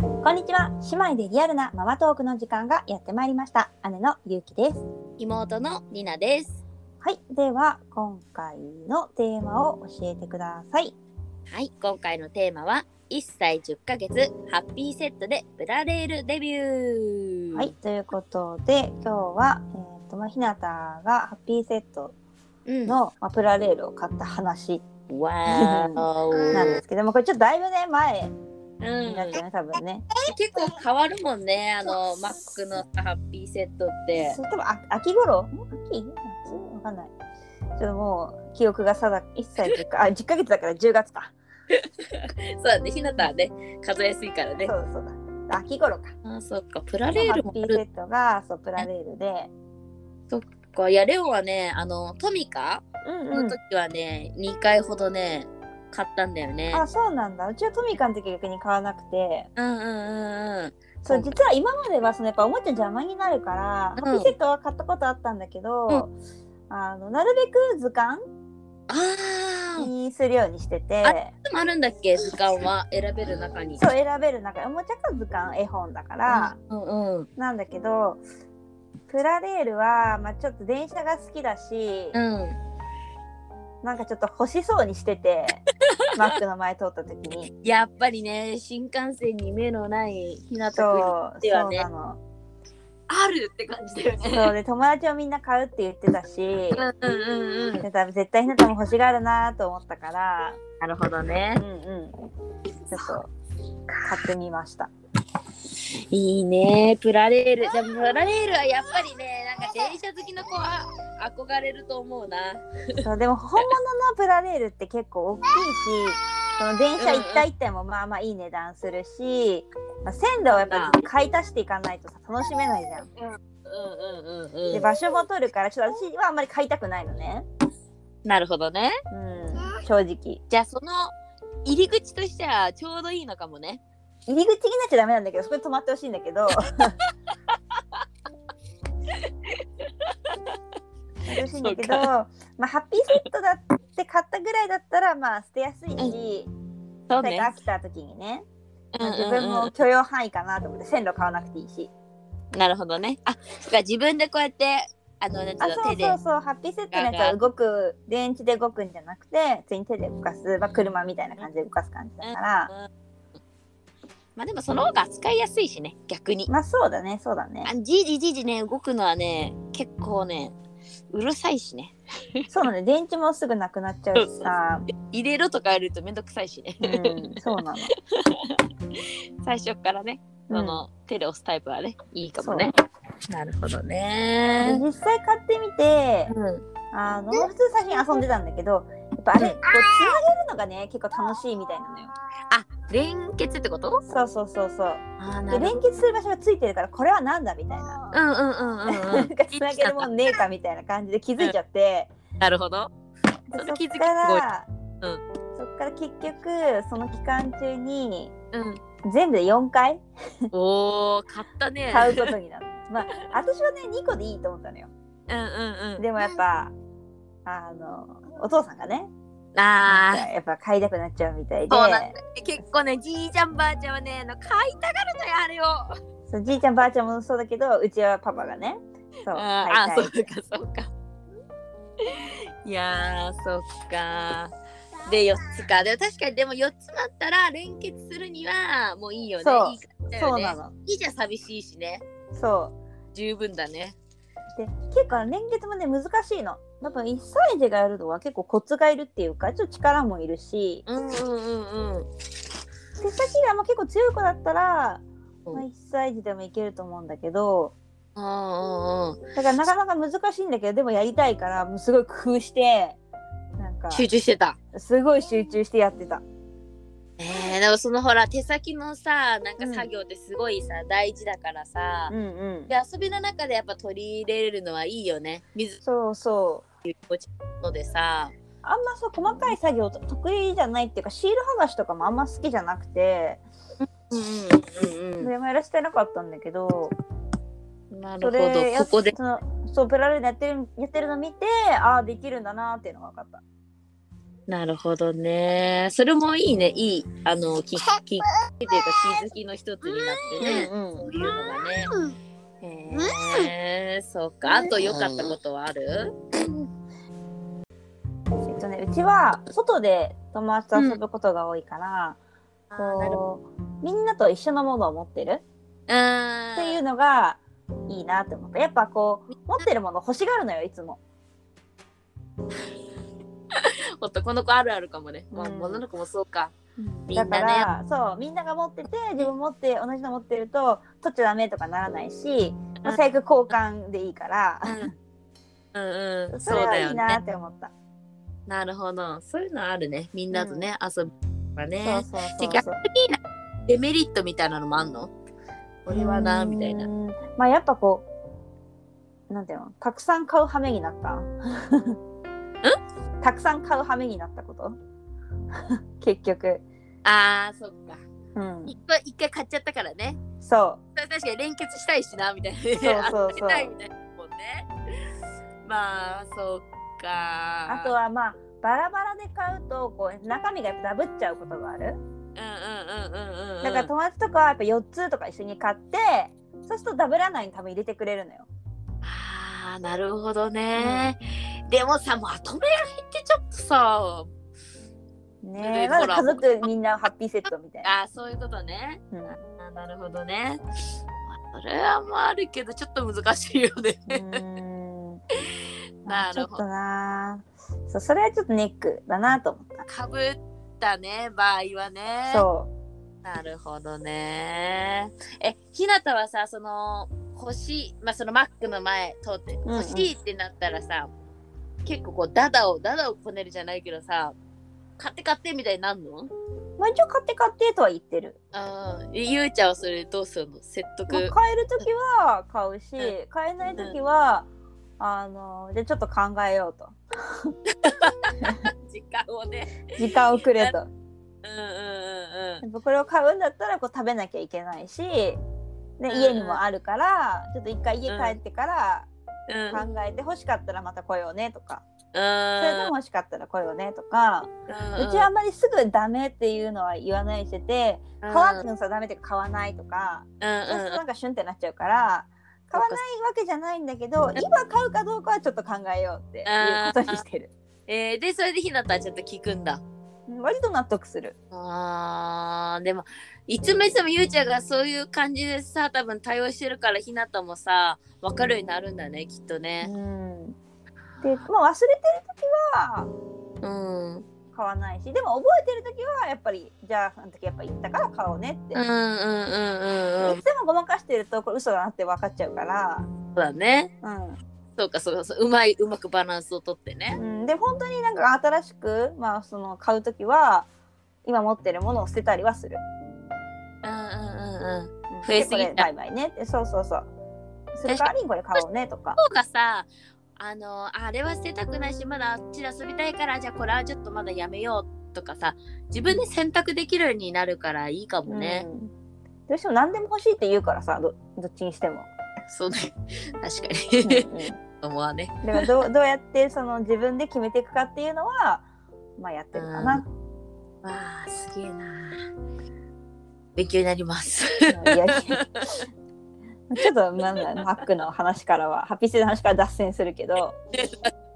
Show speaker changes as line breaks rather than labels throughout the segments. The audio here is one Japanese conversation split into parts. こんにちは姉妹でリアルなママトークの時間がやってまいりました姉のゆうきです
妹のりなです。
はいでは今回のテーマを教えてください
はい、今回のテーマは1歳10ヶ月ハッピーセットでプラレールデビュー。
はい、ということで今日はえーとまあひなたがハッピーセット
うん、わ
の、まあ、プラレールを買った話
ーお。
なんですけどもこれちょっとだいぶね前
う
になっ
ん
ちゃうね多分ね
結構変わるもんね、あのマックのさハッピーセットって
そ。れ多分あ秋頃ん秋夏わかんないちょっともう記憶が定か1歳10かあ10ヶ月だから10月か
そうだね、ひなたはね、数えやすいからね
そ。うだそうだ秋頃か
あ、そっか、プラレール
ハ
も
ッピ
あ
ーセ
る
ットがそうプラレールで
か。いや、レオはね、あのトミカ
うんう
の
ん
時はね、2回ほどね、買ったんだよね。
あそうなんだうちはトミカの時逆に買わなくて
うんうんうんうん。
そう
うん
実は今まではそのやっぱおもちゃ邪魔になるから、
うん
ハッピーセットは買ったことあったんだけど、あのなるべく図鑑
ああ。
にするようにしてて、
でもあるんだっけ図鑑は選べる中に。
そう選べる中でおもちゃか図鑑絵本だから、
うんうん
なんだけどプラレールは、まあ、ちょっと電車が好きだし、
うん。
なんかちょっと欲しそうにして てマックの前通った時に。
やっぱりね新幹線に目のないひなたくん
そう、
で
そ
は
う
ね
なの。
あるって感じだよね。
そうで友達をみんな買うって言ってたし、
うんうんうん。
で多分絶対ひなたも欲しがるなと思ったから、
なるほど
う
ね
ん。うん、ちょっと買ってみました。
いいねプラレール。でもプラレールはやっぱりねなんか電車好きの子は憧れると思うな。
そうでも本物のプラレールって結構大きいし、その電車一体一体もまあまあいい値段するし、まあ、線路をやっぱり買い足していかないとさ楽しめないじゃん。
うんうんうん
で場所も取るからちょっと私はあんまり買いたくないのね。
なるほどね。
うん、正直。
じゃあその入り口としてはちょうどいいのかもね。
入り口になっちゃダメなんだけどそこで止まってほしいんだけ ど止まってほしいんだけど、
そう
まあ、ハッピーセットだって買ったぐらいだったらまあ捨てやすいし、
そ
な
う
ん
ね
か。飽きた時にね、
うんうん
自分
うん
も許容範囲かなと思って線路買わなくていいし、
なるほどね。あ、そっか自分でこうやってあのなんて
あ
いうの
そ
手
う
で
そうそうハッピーセットのやつは動く電池で動くんじゃなくて普通に手で動かす、まあ、車みたいな感じで動かす感じだから、
まあでもその方が扱いやすいしね逆に
まあそうだねそうだね
あじいじじいじね動くのはね結構ねうるさいしね
そうだね電池もすぐなくなっちゃうしさ、
入れろとかやるとめんどくさいしね
うん、そうなの。
最初からねその、手で押すタイプはねいいかもねなるほど
うん
ね
で実際買ってみて
うん
あの普通最初に遊んでたんだけどやっぱあれこうつなげるのがね結構楽しいみたいなのよ。
連結ってこと
そうそうそうそう。
ああ
で連結する場所がついてるからこれはなんだみたいな。
うんうんうんうんう
なんかつなげるもんねえかみたいな感じで気づいちゃって、
んなるほど
で
その気づきすごい
から、
うん
そっから結局その期間中に
うん
全部で4回
おー買ったね
買うことになる。まあ私はね2個でいいと思ったのよ。
うんうんうん
でもやっぱあのお父さんがね
ああ
やっぱ買いたくなっちゃうみたいで
そうなんだよね結構ねじいちゃんばあちゃんはねあの買いたがるのよあれを
そうじいちゃんばあちゃんもそうだけどうちはパパがねそう
あ
買
あそ
いうたい
かそうか いやーそっかで4つかでも確かにでも4つだったら連結するにはもういいよね
そう
いい感じだ
そ
よ
うな
ね
の
いいじゃ寂しいしね
そ
十分だね
うで結構連結もね難しいの多分1歳児がやるのは結構コツがいるっていうかちょっと力もいるし
うんうんうんうん
手先がまあ結構強い子だったら、
うん
まあ、1歳児でもいけると思うんだけど
うんうんうん
だからなかなか難しいんだけどでもやりたいからもうすごい工夫してなんか
集中してた
すごい集中してやってた
えー、でもそのほら手先のさなんか
うん
作業ってすごいさ、大事だからさ、
うんうん
で遊びの中でやっぱ取り入れるのはいいよね水
そうそう
のでさ
あんまそう細かい作業と得意じゃないっていうかシール剥がしとかもあんま好きじゃなくて
うんうん
それもやらしてなかったんだけど
うんなる
そ
ほど
れや
ここで
そのそうプラレールやってるやってるの見てああできるんだなっていうのが分かった
なるほどね。それもいいね。いい、あの、き、き、きっていうか、気づきの一つになってね。
うん
そういうのがね。へえ、そうか。あと良かったことはある
えっとね、うちは外で友達と遊ぶことが多いから、こうみんなと一緒のものを持ってる
あ
っ
ー
ていうのがいいなって思ったやっぱこう持ってるもの欲しがるのよいつも
男の子あるあるかもね。まあ、
うん
女の子もそうか。みんな
だか
ね。
ら、そうみんなが持ってて自分持って同じの持ってると取っちゃダメとかならないし、まあ、
うん
財布交換でいいから
うんうんうん、
そ
そう
れは
だ
いい
よ
な
ね
っ。て思った、
なるほど。そういうのあるね。みんなとね、遊ぶからね。
そうそうそ
で
うそ
逆
う
になデメリットみたいなのもあんの俺はなみたいな
う。んまあやっぱこうなんていうのたくさん買う羽目になったたくさん買う羽目になったこと 結局
あーそっか。
うん
一回一回買っちゃったからね。
そ
確かに連結したいしなみたいな。そう
そうそう
たいみたいなもんね。まあそっ
う
か。
あとはまあバラバラで買うとこう中身がやっぱダブっちゃうことがある
うんうんうんうんうんうん。
だから友達とかはやっぱ4つとか一緒に買ってそうするとダブらないに多分入れてくれるのよ
あーなるほどね。でもさまとめ買いってちょっとさ
ねえ
で
まだ
ほら
家族みんなハッピーセットみたいな、
あーそういうことね。
うんう
あーなるほどね。まあそれはもあるけどちょっと難しいよね。
ーん
な
ちょ
る
っ
ほど
となそうそれはちょっとネックだなと思った
かぶったね場合はね
そう
なるほどねえひなたはさその欲しいまあそのマックの前通って
んうん
欲しいってなったらさ、結構こうダダをダダをこねるじゃないけどさ買って買ってみたいになんの
まあ一応買って買ってとは言ってる、
うんゆうちゃんはそれどうするの説
まあ
得
買える時は買うし
う
買えない時は、あのじゃあちょっと考えようと
時間をね
時間をくれと
うんうんうんうん
やっぱこれを買うんだったらこう食べなきゃいけないしで
ん
家にもあるからちょっと一回家帰ってから
うん
考えて欲しかったらまた来ようねとか、それで
う
も欲しかったら来ようねとか、うんちはあんまりすぐダメっていうのは言わないしてて、
うん
買わなくてもさダメっていうか買わないとか、そうするとなんかシュンってなっちゃうから買わないわけじゃないんだけど今買うかどうかはちょっと考えようっていうことにしてる
えーでそれでひなたはちょっと聞くんだ
うん割と納得する
あーでもいつもいつもゆうちゃんがそういう感じでさ多分対応してるからひなたもさ分かるようになるんだねきっと
う
ね。
んでまあ忘れてる時は
うん、うん
買わないしでも覚えてる時はやっぱりじゃああの時やっぱ言ったから買おうねって、
うんうんうんうん
いつでもごまかしてるとこれ嘘だなって分かっちゃうから、
そうだね
う
そうかそうかそううまいうまくバランスをとってね。
んうん、で本当になんか新しく、まあ、その買う時は今持ってるものを捨てたりはする、
うんうんうんうん。
うん
増えすぎ
で
た
これバイバイねってそうそうそうそれ代わりにこれ買おうねとか
方がさあのあれは捨てたくないしまだあっちで遊びたいからじゃあこれはちょっとまだやめようとかさ自分で選択できるようになるからいいかもね。
うんどうしても何でも欲しいって言うからさどどっちにして も、
そうね確
う
か
ん
に。
うん
思わね。
だからどうどうやってその自分で決めていくかっていうのは、まあ、やってるかな、
わあすげえな勉強になります
いやいやちょっとなんだマックの話からはハッピーセイの話から脱線するけど、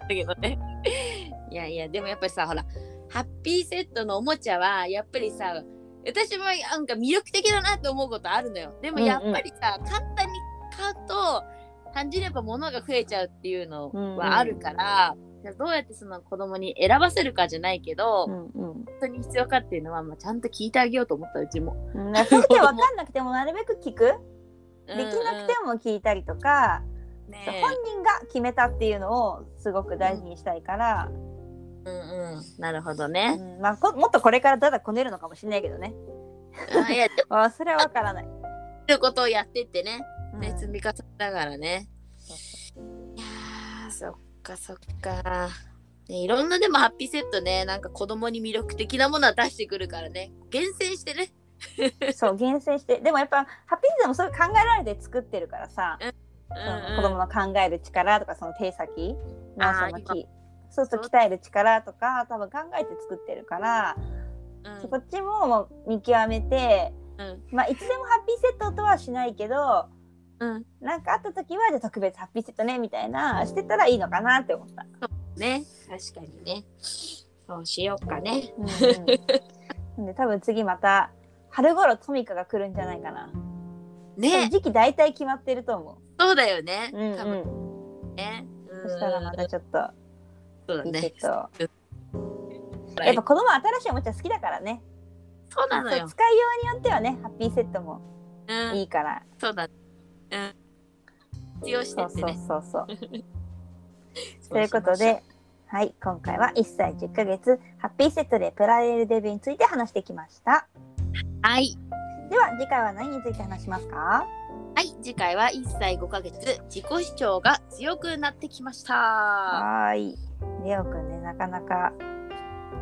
だけどね いやいやでもやっぱりさほらハッピーセットのおもちゃはやっぱりさ私もなんか魅力的だなって思うことあるのよでもやっぱりさ、簡単に買うと単純にやっぱ物が増えちゃうっていうのはあるから、どうやってその子供に選ばせるかじゃないけど、
うんうん
本当に必要かっていうのは、まあ、ちゃんと聞いてあげようと思ったうちも。
うん、だからそうやって分かんなくてもなるべく聞くできなくても聞いたりとか、
うんうん、ねえ
本人が決めたっていうのをすごく大事にしたいから、
うんうん、なるほど
う
ね。
んまあ、こもっとこれからだだこねるのかもしれないけどね
あいや、でも
あそれは分からない。
そういうことをやってってね、
うん
ね積み重ねながらね。
そう
いやーそっかそっか。ね、いろんなでもハッピーセットね、なんか子供に魅力的なものは出してくるからね、厳選してね。
そう厳選してでもやっぱハッピーセイもそういう考えられて作ってるからさ、
うん
その子供の考える力とかその手先の
あ
そ
ー
の
今
きそうそう鍛える力とか多分考えて作ってるから、
うん
こっちももう見極めて、
うん
まあ、いつでもハッピーセットとはしないけど
うん
なんかあった時はじゃあ特別ハッピーセットねみたいなしてたらいいのかなって思った。
ね確かにねそうしようかね
うんうん、で多分次また春頃トミカが来るんじゃないかな。
ね
時期大体決まってると思
そうだよね
う。うん、うん、
多分ね
そしたらまたちょっと
そうだ
いい
ね
けど、やっぱ子供は新しいおもちゃ好きだからね。
そうなの
そ
よ
う使いようによってはねハッピーセットも
うん
いいから。
そうだうん活用して
そう
って
そう
ね
そうそう。
そ
ということ
しましょ
で、はい、今回は1歳10ヶ月ハッピーセットでプラレールデビューについて話してきました。
うはい
では次回は何について話しますか？
はい次回は1歳5ヶ月自己主張が強くなってきました
はーい。レオくんねなかなか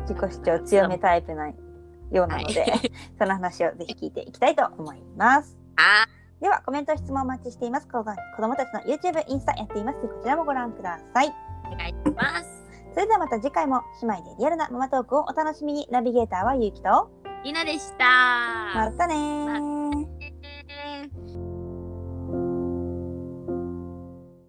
自己主張強めタイプなようなので、 その話をぜひ聞いていきたいと思います。
あ
ではコメント質問お待ちしています。子どもたちの YouTube、インスタやっていますのでこちらもご覧ください。
お願いします
それではまた次回も姉妹でリアルなママトークをお楽しみに。ナビゲーターはゆうきと。
りなでした
またねー。
ま